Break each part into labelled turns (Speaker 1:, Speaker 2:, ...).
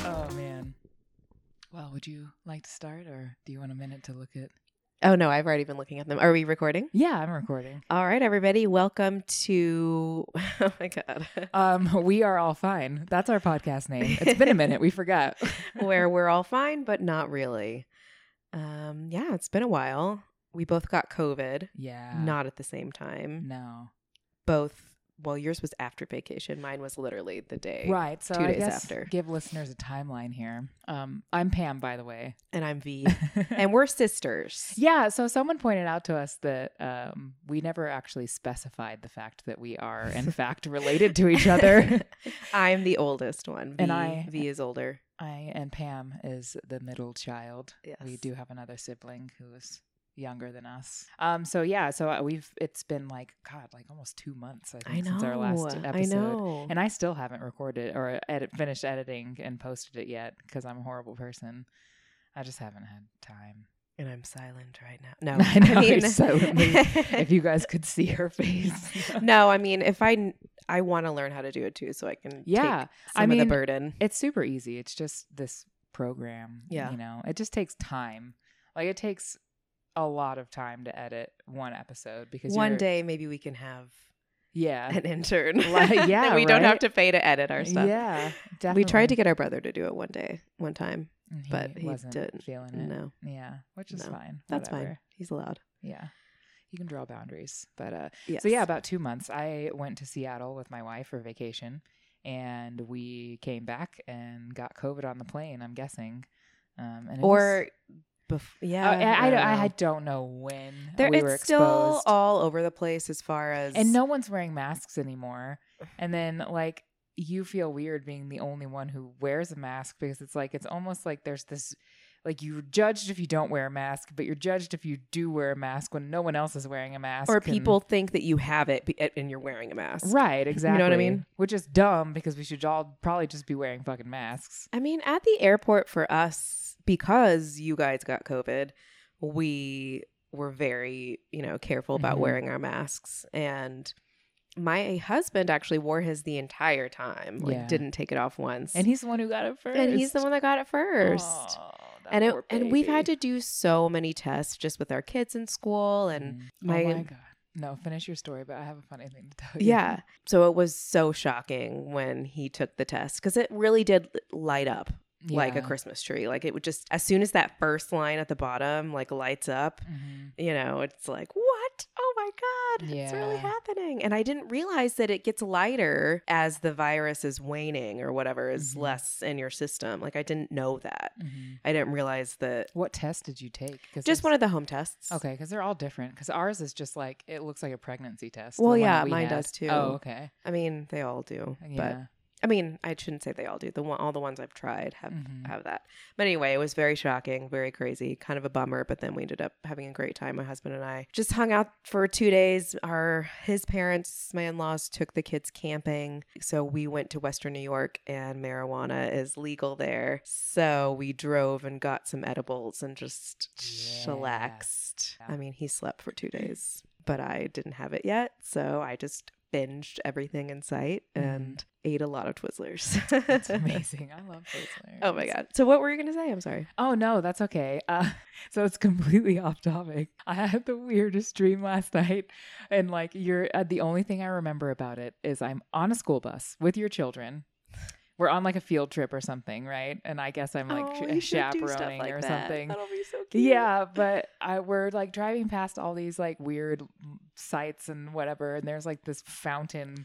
Speaker 1: Oh man. Well, would you like to start, or do you want a minute to look at?
Speaker 2: Oh no, I've already been looking at them. Are we recording?
Speaker 1: Yeah, I'm recording.
Speaker 2: All right, everybody, welcome to. Oh my god,
Speaker 1: Um, we are all fine. That's our podcast name. It's been a minute. We forgot.
Speaker 2: where we're all fine but not really. Um, yeah, it's been a while. We both got COVID,
Speaker 1: Yeah.
Speaker 2: not at the same time.
Speaker 1: No.
Speaker 2: Both. Well, yours was after vacation. Mine was literally the day.
Speaker 1: Right. So
Speaker 2: two
Speaker 1: I
Speaker 2: days
Speaker 1: guess
Speaker 2: after.
Speaker 1: give listeners a timeline here. Um, I'm Pam, by the way.
Speaker 2: And I'm V, and we're sisters.
Speaker 1: Yeah, so someone pointed out to us that um, we never actually specified the fact that we are, in fact, related to each other.
Speaker 2: I'm the oldest one. V,
Speaker 1: And I-
Speaker 2: V is older.
Speaker 1: I and Pam is the middle child. We
Speaker 2: Yes.
Speaker 1: Oh, do have another sibling who's younger than us. Um, so yeah, so uh, we've it's been like God, like almost two months. I
Speaker 2: I
Speaker 1: think
Speaker 2: know.
Speaker 1: since our last
Speaker 2: I
Speaker 1: episode.
Speaker 2: know.
Speaker 1: And I still haven't recorded or edit, finished editing and posted it yet because I'm a horrible person. I just haven't had time.
Speaker 2: And I'm silent right now. No,
Speaker 1: I know, you're silently- if you guys could see her face.
Speaker 2: no, I mean, if I kn- I want to learn how to do it too, so I can
Speaker 1: yeah.
Speaker 2: take some
Speaker 1: I
Speaker 2: of
Speaker 1: mean,
Speaker 2: the burden.
Speaker 1: it's super easy. It's just this program.
Speaker 2: Yeah.
Speaker 1: You know, it just takes time. Like it takes a lot of time to edit one episode because
Speaker 2: One
Speaker 1: you're-
Speaker 2: day, maybe we can have
Speaker 1: Yeah.
Speaker 2: an intern.
Speaker 1: Like,
Speaker 2: that
Speaker 1: yeah,
Speaker 2: we don't have
Speaker 1: right?
Speaker 2: to pay to edit our stuff.
Speaker 1: Yeah. Definitely.
Speaker 2: we tried to get our brother to do it one day, one time.
Speaker 1: And he
Speaker 2: but he
Speaker 1: wasn't
Speaker 2: didn't.
Speaker 1: feeling it.
Speaker 2: No,
Speaker 1: Yeah. Which is
Speaker 2: No.
Speaker 1: fine.
Speaker 2: that's fine.
Speaker 1: Whatever.
Speaker 2: He's allowed.
Speaker 1: Yeah. You can draw boundaries. But uh
Speaker 2: Yes.
Speaker 1: So yeah, about two months. I went to Seattle with my wife for vacation, and we came back and got COVID on the plane. I'm guessing. Um, and it
Speaker 2: or
Speaker 1: was-
Speaker 2: bef-
Speaker 1: Oh,
Speaker 2: yeah,
Speaker 1: I, I,
Speaker 2: don't
Speaker 1: don't- I,
Speaker 2: know.
Speaker 1: don't know when
Speaker 2: There-
Speaker 1: we
Speaker 2: it's
Speaker 1: were
Speaker 2: still
Speaker 1: exposed,
Speaker 2: all over the place as far as
Speaker 1: and no one's wearing masks anymore. And then like you feel weird being the only one who wears a mask because it's like it's almost like there's this. Like you're judged if you don't wear a mask, but you're judged if you do wear a mask when no one else is wearing a mask.
Speaker 2: or
Speaker 1: and-
Speaker 2: people think that you have it be- and you're wearing a mask.
Speaker 1: Right, exactly.
Speaker 2: what I mean?
Speaker 1: Which is dumb because we should all probably just be wearing fucking masks.
Speaker 2: I mean, at the airport for us, because you guys got COVID, we were very, you know, careful about
Speaker 1: Mhm.
Speaker 2: wearing our masks. And my husband actually wore his the entire time, like
Speaker 1: Yeah.
Speaker 2: didn't take it off once.
Speaker 1: And he's the one who got it first.
Speaker 2: And he's the one that got it first.
Speaker 1: Oh, that
Speaker 2: and it,
Speaker 1: poor
Speaker 2: and we've had
Speaker 1: baby.
Speaker 2: to do so many tests just with our kids in school and
Speaker 1: Mm.
Speaker 2: my-
Speaker 1: oh my god. No, finish your story, but I have a funny thing to tell you.
Speaker 2: yeah. So it was so shocking when he took the test cuz it really did light up like a
Speaker 1: Yeah.
Speaker 2: Christmas tree. Like it would just as soon as that first line at the bottom like lights up,
Speaker 1: Mhm.
Speaker 2: you know, it's like, "What? Oh my god, it's really
Speaker 1: Yeah.
Speaker 2: happening." And I didn't realize that it gets lighter as the virus is waning or whatever is
Speaker 1: Mhm.
Speaker 2: less in your system. Like I didn't know that.
Speaker 1: Mhm.
Speaker 2: I didn't realize that
Speaker 1: What test did you take? Cause
Speaker 2: just
Speaker 1: there's-
Speaker 2: one of the home tests.
Speaker 1: Okay, because they're all different. Because ours is just like it looks like a pregnancy test. the
Speaker 2: Well,
Speaker 1: one that
Speaker 2: yeah,
Speaker 1: we
Speaker 2: mine
Speaker 1: had.
Speaker 2: does too.
Speaker 1: Oh, okay.
Speaker 2: I mean, they all do. But
Speaker 1: Yeah.
Speaker 2: I mean, I shouldn't say they all do. The one all the ones I've tried have
Speaker 1: Mhm.
Speaker 2: have that. But anyway, it was very shocking, very crazy, kind of a bummer. But then we ended up having a great time. My husband and I just hung out for two days. Our his parents, my in laws, took the kids camping, so we went to Western New York, and marijuana is legal there. So we drove and got some edibles and just
Speaker 1: Yeah.
Speaker 2: chillaxed.
Speaker 1: Yeah.
Speaker 2: I mean, he slept for two days, but I didn't have it yet, so I just binged everything in sight
Speaker 1: Mhm.
Speaker 2: and ate a lot of Twizzlers.
Speaker 1: That's amazing. I love those.
Speaker 2: Oh my god. So what were you gonna say? I'm sorry.
Speaker 1: Oh no, that's okay. Uh, so it's completely off topic. I had the weirdest dream last night, and like you're uh, the only thing I remember about it is I'm on a school bus with your children. We're on like a field trip or something, right? And I guess I'm like
Speaker 2: Oh,
Speaker 1: ch- chaperoning or something.
Speaker 2: That'll be so cute.
Speaker 1: Yeah, but I we're like driving past all these like weird sites and whatever, and there's like this fountain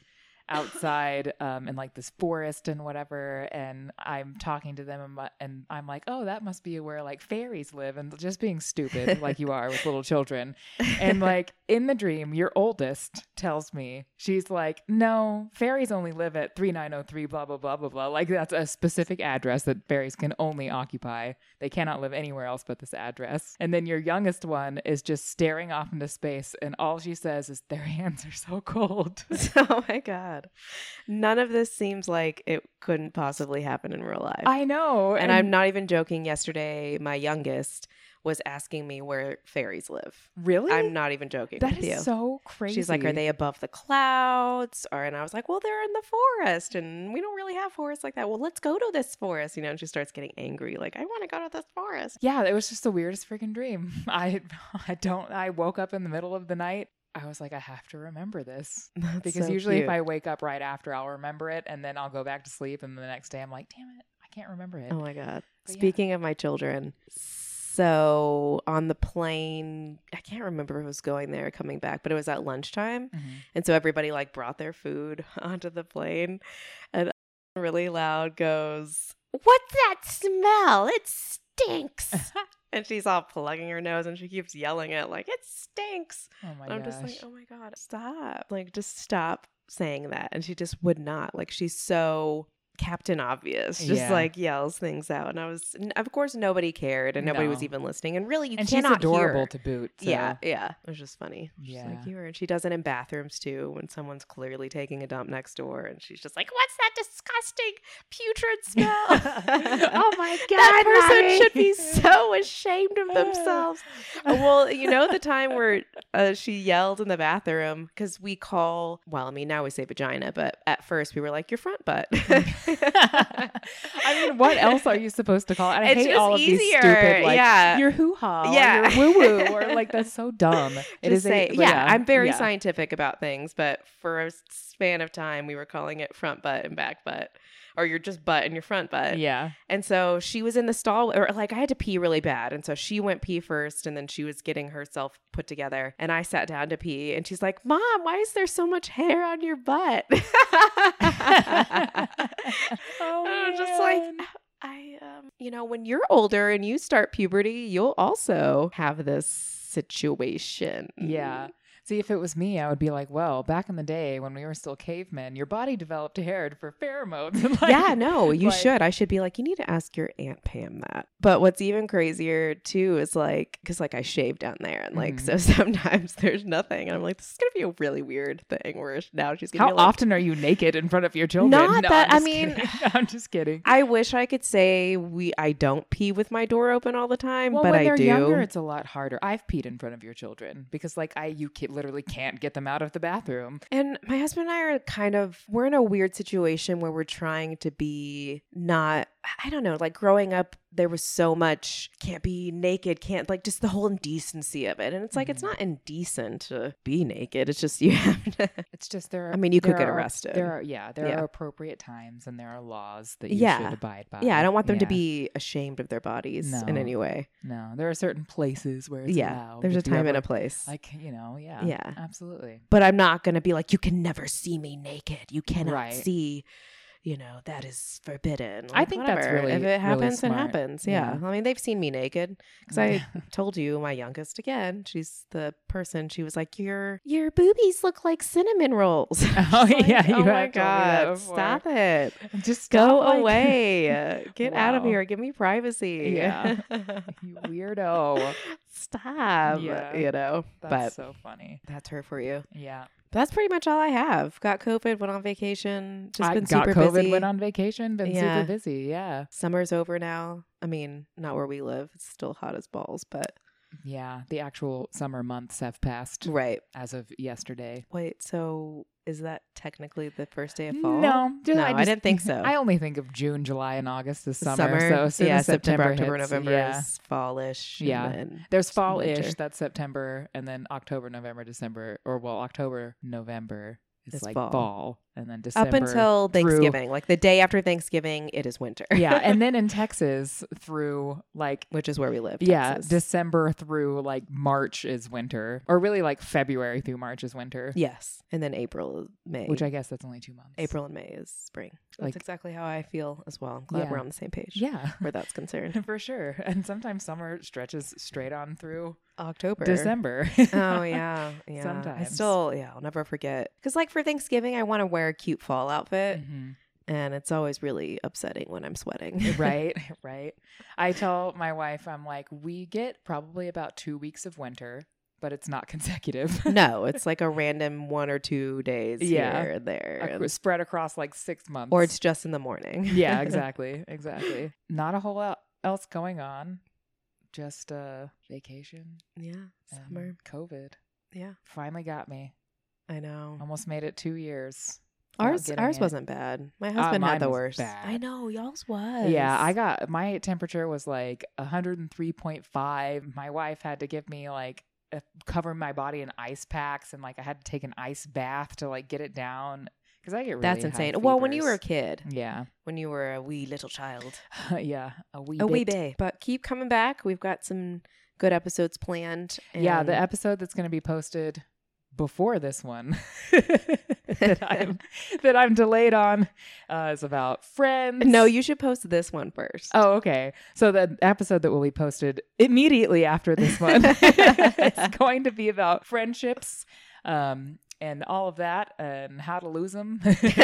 Speaker 1: outside um, in like this forest and whatever. And I'm talking to them and, my, and I'm like, oh, that must be where like fairies live and just being stupid like you are with little children. And like in the dream, your oldest tells me, she's like, no, fairies only live at 3903, blah, blah, blah, blah, blah. Like that's a specific address that fairies can only occupy. They cannot live anywhere else but this address. And then your youngest one is just staring off into space. And all she says is, their hands are so cold.
Speaker 2: oh my god. None of this seems like it couldn't possibly happen in real life.
Speaker 1: I know.
Speaker 2: and I'm not even joking. Yesterday, my youngest was asking me where fairies live.
Speaker 1: really.
Speaker 2: I'm not even joking
Speaker 1: That is
Speaker 2: with you.
Speaker 1: so crazy.
Speaker 2: She's like, "Are they above the clouds?" Or and I was like, "Well, they're in the forest, and we don't really have forests like that." Well, let's go to this forest, you know. And she starts getting angry, like, "I want to go to this forest."
Speaker 1: Yeah, it was just the weirdest freaking dream. I, I don't. I woke up in the middle of the night. I was like, I have to remember this because usually if I wake up right after, I'll remember it, and then I'll go back to sleep, and the next day I'm like, damn it, I can't remember it.
Speaker 2: Oh my god.
Speaker 1: But yeah.
Speaker 2: Speaking of my children, so on the plane, I can't remember if it was going there or coming back, but it was at lunchtime.
Speaker 1: Mhm.
Speaker 2: And so everybody like brought their food onto the plane and really loud goes, What's that smell? It stinks. and she's all plugging her nose and she keeps yelling it like, It stinks.
Speaker 1: Oh my
Speaker 2: And I'm
Speaker 1: gosh.
Speaker 2: just like, oh my God, stop. Like, just stop saying that. And she just would not. Like, she's so Captain Obvious, just
Speaker 1: Yeah.
Speaker 2: like yells things out. And I was, n- of course, nobody cared and nobody was
Speaker 1: No.
Speaker 2: even listening. And really, you
Speaker 1: and she's
Speaker 2: cannot
Speaker 1: adorable
Speaker 2: hear.
Speaker 1: to boot. so-
Speaker 2: Yeah, yeah. It was just funny. Yeah.
Speaker 1: Yeah.
Speaker 2: like you were. And she does it in bathrooms too when someone's clearly taking a dump next door and she's just like, What's that disgusting putrid smell?
Speaker 1: oh my god,
Speaker 2: that person
Speaker 1: Mommy.
Speaker 2: should be so ashamed of themselves. Uh, well, you know the time where uh, she yelled in the bathroom because we call. Well, I mean now we say vagina, but at first we were like your front butt.
Speaker 1: I mean, what else are you supposed to call it? And I
Speaker 2: It's
Speaker 1: hate
Speaker 2: just
Speaker 1: all of these
Speaker 2: easier,
Speaker 1: stupid, like,
Speaker 2: yeah.
Speaker 1: your hoo-ha,
Speaker 2: Yeah.
Speaker 1: yeah. your woo-woo, or like, that's so dumb. It
Speaker 2: Just
Speaker 1: is
Speaker 2: say,
Speaker 1: a,
Speaker 2: yeah, I'm very
Speaker 1: yeah.
Speaker 2: scientific about things, but for a span of time we were calling it front butt and back butt, or you're just butt and your front butt.
Speaker 1: Yeah.
Speaker 2: And so she was in the stall, or like I had to pee really bad. And so she went pee first, and then she was getting herself put together. And I sat down to pee, and she's like, Mom, why is there so much hair on your butt?
Speaker 1: Oh,
Speaker 2: I'm just like, "Uh,
Speaker 1: man.
Speaker 2: I, um, you know, when you're older and you start puberty, you'll also have this situation.
Speaker 1: Yeah. Mm-hmm. See, if it was me, I would be like, well, back in the day when we were still cavemen, your body developed hair for pheromones. And like,
Speaker 2: yeah, no, you
Speaker 1: like-
Speaker 2: should. I should be like, you need to ask your aunt Pam that. But what's even crazier too is like, because like I shave down there, and like
Speaker 1: Mhm.
Speaker 2: so sometimes there's nothing, and I'm like, this is gonna be a really weird thing. Where now she's gonna
Speaker 1: How
Speaker 2: be like,
Speaker 1: often are you naked in front of your children?
Speaker 2: Not
Speaker 1: No,
Speaker 2: that-
Speaker 1: I'm
Speaker 2: I
Speaker 1: just
Speaker 2: mean-
Speaker 1: kidding. I'm just kidding.
Speaker 2: I wish I could say we I don't pee with my door open all the time,
Speaker 1: Well,
Speaker 2: but
Speaker 1: when
Speaker 2: I
Speaker 1: they're
Speaker 2: do.
Speaker 1: younger, it's a lot harder. I've peed in front of your children because, like, I you ca- literally can't get them out of the bathroom.
Speaker 2: And my husband and I are kind of we're in a weird situation where we're trying to be not I don't know, like growing up there was so much can't be naked, can't like just the whole indecency of it. And it's like it's
Speaker 1: Mhm.
Speaker 2: not indecent to be naked. It's just you have to
Speaker 1: It's just there.
Speaker 2: I mean, you could
Speaker 1: there
Speaker 2: get
Speaker 1: are-
Speaker 2: arrested.
Speaker 1: There are yeah, there
Speaker 2: Yeah.
Speaker 1: are appropriate times and there are laws that you
Speaker 2: Yeah.
Speaker 1: should abide by.
Speaker 2: Yeah, I don't want them to
Speaker 1: Uh, Yeah.
Speaker 2: be ashamed of their bodies in
Speaker 1: No.
Speaker 2: any way.
Speaker 1: No, there are certain places where it's
Speaker 2: yeah.
Speaker 1: allowed.
Speaker 2: there's a
Speaker 1: If you
Speaker 2: time
Speaker 1: ever-
Speaker 2: and a place.
Speaker 1: Like you know, yeah,
Speaker 2: Yeah.
Speaker 1: absolutely.
Speaker 2: but I'm not going to be like, you can never see me naked. You cannot
Speaker 1: Right.
Speaker 2: see, you know, that is forbidden.
Speaker 1: I
Speaker 2: Like,
Speaker 1: think that's really-
Speaker 2: if
Speaker 1: really
Speaker 2: it happens, it
Speaker 1: smart.
Speaker 2: happens. Yeah. I mean, they've seen me naked because I told you my youngest again. She's the person. She was like, your your boobies look like cinnamon rolls.
Speaker 1: Oh,
Speaker 2: I was like,
Speaker 1: yeah, you
Speaker 2: oh my
Speaker 1: have told me that
Speaker 2: god,
Speaker 1: before.
Speaker 2: stop it.
Speaker 1: just
Speaker 2: Go
Speaker 1: stop, like-
Speaker 2: away. Get out of
Speaker 1: Wow.
Speaker 2: here. Give me privacy.
Speaker 1: Yeah. you weirdo.
Speaker 2: stop.
Speaker 1: Yeah.
Speaker 2: You know,
Speaker 1: That's
Speaker 2: but
Speaker 1: so funny.
Speaker 2: that's her for you.
Speaker 1: Yeah,
Speaker 2: That's pretty much all I have. Got COVID, went on vacation, just
Speaker 1: I
Speaker 2: been
Speaker 1: got
Speaker 2: super
Speaker 1: COVID,
Speaker 2: busy.
Speaker 1: went on vacation, been
Speaker 2: Yeah.
Speaker 1: super busy. Yeah,
Speaker 2: Summer's over now. I mean, not where we live. It's still hot as balls, but
Speaker 1: yeah. The actual summer months have passed
Speaker 2: right.
Speaker 1: as of yesterday.
Speaker 2: Wait, so is that technically the first day of fall?
Speaker 1: No, just-
Speaker 2: No, I
Speaker 1: just-
Speaker 2: didn't think so.
Speaker 1: I only think of June, July, and August as summer. So as soon
Speaker 2: yeah,
Speaker 1: as
Speaker 2: September,
Speaker 1: September,
Speaker 2: October,
Speaker 1: hits,
Speaker 2: November
Speaker 1: yeah.
Speaker 2: is fallish. and
Speaker 1: Yeah.
Speaker 2: then-
Speaker 1: There's fall ish,
Speaker 2: winter.
Speaker 1: that's September, and then October, November, December, or well, October, November, is
Speaker 2: It's
Speaker 1: like
Speaker 2: fall.
Speaker 1: fall. and then December
Speaker 2: Up until
Speaker 1: through-
Speaker 2: Thanksgiving, like the day after Thanksgiving, it is winter.
Speaker 1: yeah, and then in Texas through like
Speaker 2: which is where we live.
Speaker 1: yeah,
Speaker 2: Texas.
Speaker 1: December through like March is winter, or really like February through March is winter.
Speaker 2: yes, and then April, May,
Speaker 1: Which I guess that's only two months.
Speaker 2: April and May is spring. That's
Speaker 1: Like-
Speaker 2: exactly how I feel as well. I'm glad
Speaker 1: Yeah.
Speaker 2: we're on the same page
Speaker 1: Yeah.
Speaker 2: where that's concerned.
Speaker 1: For sure. And sometimes summer stretches straight on through
Speaker 2: October,
Speaker 1: December.
Speaker 2: oh yeah, yeah. I
Speaker 1: Sometimes.
Speaker 2: still, yeah, I'll never forget. Because like for Thanksgiving, I want to wear a cute fall outfit,
Speaker 1: Mhm.
Speaker 2: and it's always really upsetting when I'm sweating.
Speaker 1: Right, right. I tell my wife, I'm like, we get probably about two weeks of winter, but it's not consecutive.
Speaker 2: no, it's like a random one or two days
Speaker 1: Yeah.
Speaker 2: here and there,
Speaker 1: Ac-
Speaker 2: and-
Speaker 1: spread across like six months.
Speaker 2: or it's just in the morning.
Speaker 1: yeah, exactly, exactly. Not a whole lot else going on. Just uh, vacation,
Speaker 2: yeah,
Speaker 1: and
Speaker 2: summer.
Speaker 1: COVID.
Speaker 2: Yeah. Mm-hmm.
Speaker 1: finally got me.
Speaker 2: I know.
Speaker 1: Almost made it two years. without
Speaker 2: Ours
Speaker 1: getting
Speaker 2: ours
Speaker 1: it. Uh,
Speaker 2: wasn't bad. My husband
Speaker 1: mine
Speaker 2: had the
Speaker 1: was
Speaker 2: worst.
Speaker 1: bad.
Speaker 2: I know y'all's was.
Speaker 1: Yeah, I got my temperature was like 103.5. My wife had to give me like a, cover my body in ice packs and like I had to take an ice bath to like get it down because I get really
Speaker 2: That's
Speaker 1: high
Speaker 2: insane. Well, when you were a
Speaker 1: fevers.
Speaker 2: kid,
Speaker 1: yeah,
Speaker 2: when you were a wee little child,
Speaker 1: yeah, a wee
Speaker 2: a wee
Speaker 1: bit.
Speaker 2: bay. But keep coming back. We've got some good episodes planned.
Speaker 1: Yeah, the
Speaker 2: and-
Speaker 1: episode that's going to be posted before this one that I'm that I'm delayed on uh, is about friends.
Speaker 2: No, you should post this one first.
Speaker 1: Oh, okay. So the episode that will be posted immediately after this one is going to be about friendships um, and all of that and how to lose them.
Speaker 2: How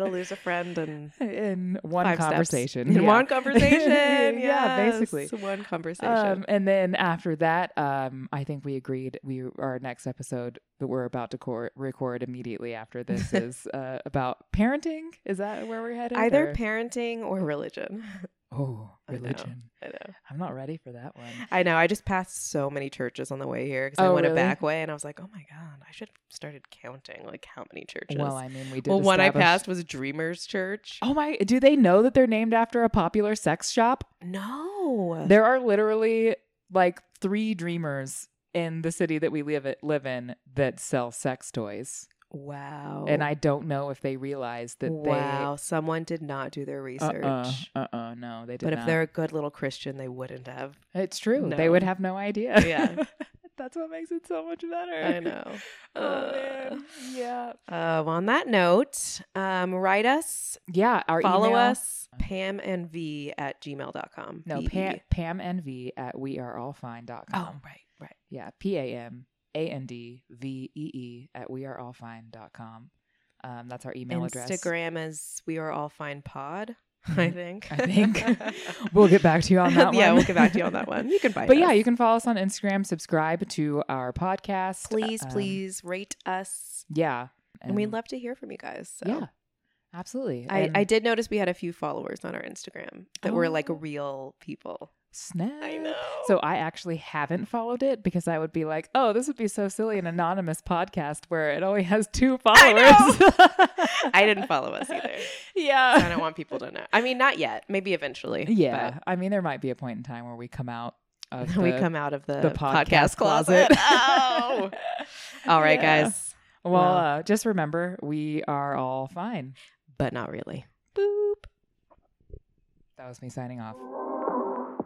Speaker 2: to lose a friend in
Speaker 1: in one
Speaker 2: five steps.
Speaker 1: conversation.
Speaker 2: In
Speaker 1: Yeah.
Speaker 2: one conversation.
Speaker 1: Yeah,
Speaker 2: yes.
Speaker 1: basically.
Speaker 2: One conversation.
Speaker 1: Um, and then after that, um, I think we agreed we our next episode that we're about to cor- record immediately after this is uh, about parenting. Is that where we're headed?
Speaker 2: Either
Speaker 1: or-
Speaker 2: parenting or religion.
Speaker 1: oh,
Speaker 2: I know.
Speaker 1: religion.
Speaker 2: I know.
Speaker 1: I'm not ready for that one.
Speaker 2: I know. I just passed so many churches on the way here because I
Speaker 1: Oh,
Speaker 2: went
Speaker 1: really?
Speaker 2: a back way and I was like, oh my God, I should have started counting like how many churches.
Speaker 1: Well, I mean, we did.
Speaker 2: well, one I
Speaker 1: establish-
Speaker 2: passed was Dreamers Church.
Speaker 1: Oh my! Do they know that they're named after a popular sex shop?
Speaker 2: No.
Speaker 1: There are literally like three dreamers in the city that we live it, live in that sell sex toys,
Speaker 2: wow.
Speaker 1: and I don't know if they realize that
Speaker 2: Oh. wow. Someone did not do their
Speaker 1: they.
Speaker 2: research.
Speaker 1: Uh uh uh no they did
Speaker 2: But if
Speaker 1: not.
Speaker 2: they're a good little Christian, they wouldn't have.
Speaker 1: it's true they
Speaker 2: No.
Speaker 1: would have no idea
Speaker 2: Yeah.
Speaker 1: that's what makes it so much better
Speaker 2: I know.
Speaker 1: oh man yeah
Speaker 2: Uh, well, on that note, um, write us,
Speaker 1: yeah our
Speaker 2: follow
Speaker 1: email-
Speaker 2: us, Pam and V at gmail.com.
Speaker 1: no
Speaker 2: V E.
Speaker 1: pam pam nv at we are all
Speaker 2: Oh, right, right.
Speaker 1: Yeah, P A M A N D V E E at weareallfine.com. Um, that's our email address. Hmm.
Speaker 2: Instagram is we are all fine pod, I think.
Speaker 1: I think we'll get back to you on that
Speaker 2: yeah,
Speaker 1: one.
Speaker 2: we'll get back to you on that one. You can buy
Speaker 1: But yeah, you can follow us on Instagram, subscribe to our podcast.
Speaker 2: please,
Speaker 1: um,
Speaker 2: please rate us.
Speaker 1: Yeah.
Speaker 2: And, we'd love to hear from you guys. So.
Speaker 1: Yeah. Absolutely.
Speaker 2: I,
Speaker 1: And
Speaker 2: I did notice we had a few followers on our Instagram that were like
Speaker 1: Oh.
Speaker 2: real people.
Speaker 1: snap.
Speaker 2: I know.
Speaker 1: So I actually haven't followed it because I would be like, oh, this would be so silly an anonymous podcast where it only has two followers.
Speaker 2: I know. I didn't follow us either.
Speaker 1: Yeah.
Speaker 2: So I don't want people to know. I mean, not yet. Maybe eventually.
Speaker 1: Yeah, I mean, there might be a point in time where we come out
Speaker 2: but
Speaker 1: of
Speaker 2: we
Speaker 1: the-
Speaker 2: come out of the,
Speaker 1: the
Speaker 2: podcast, closet. oh. All right,
Speaker 1: Yeah.
Speaker 2: guys.
Speaker 1: Well,
Speaker 2: Well.
Speaker 1: uh, just remember, we are all fine.
Speaker 2: But not really. Boop.
Speaker 1: That was me signing off.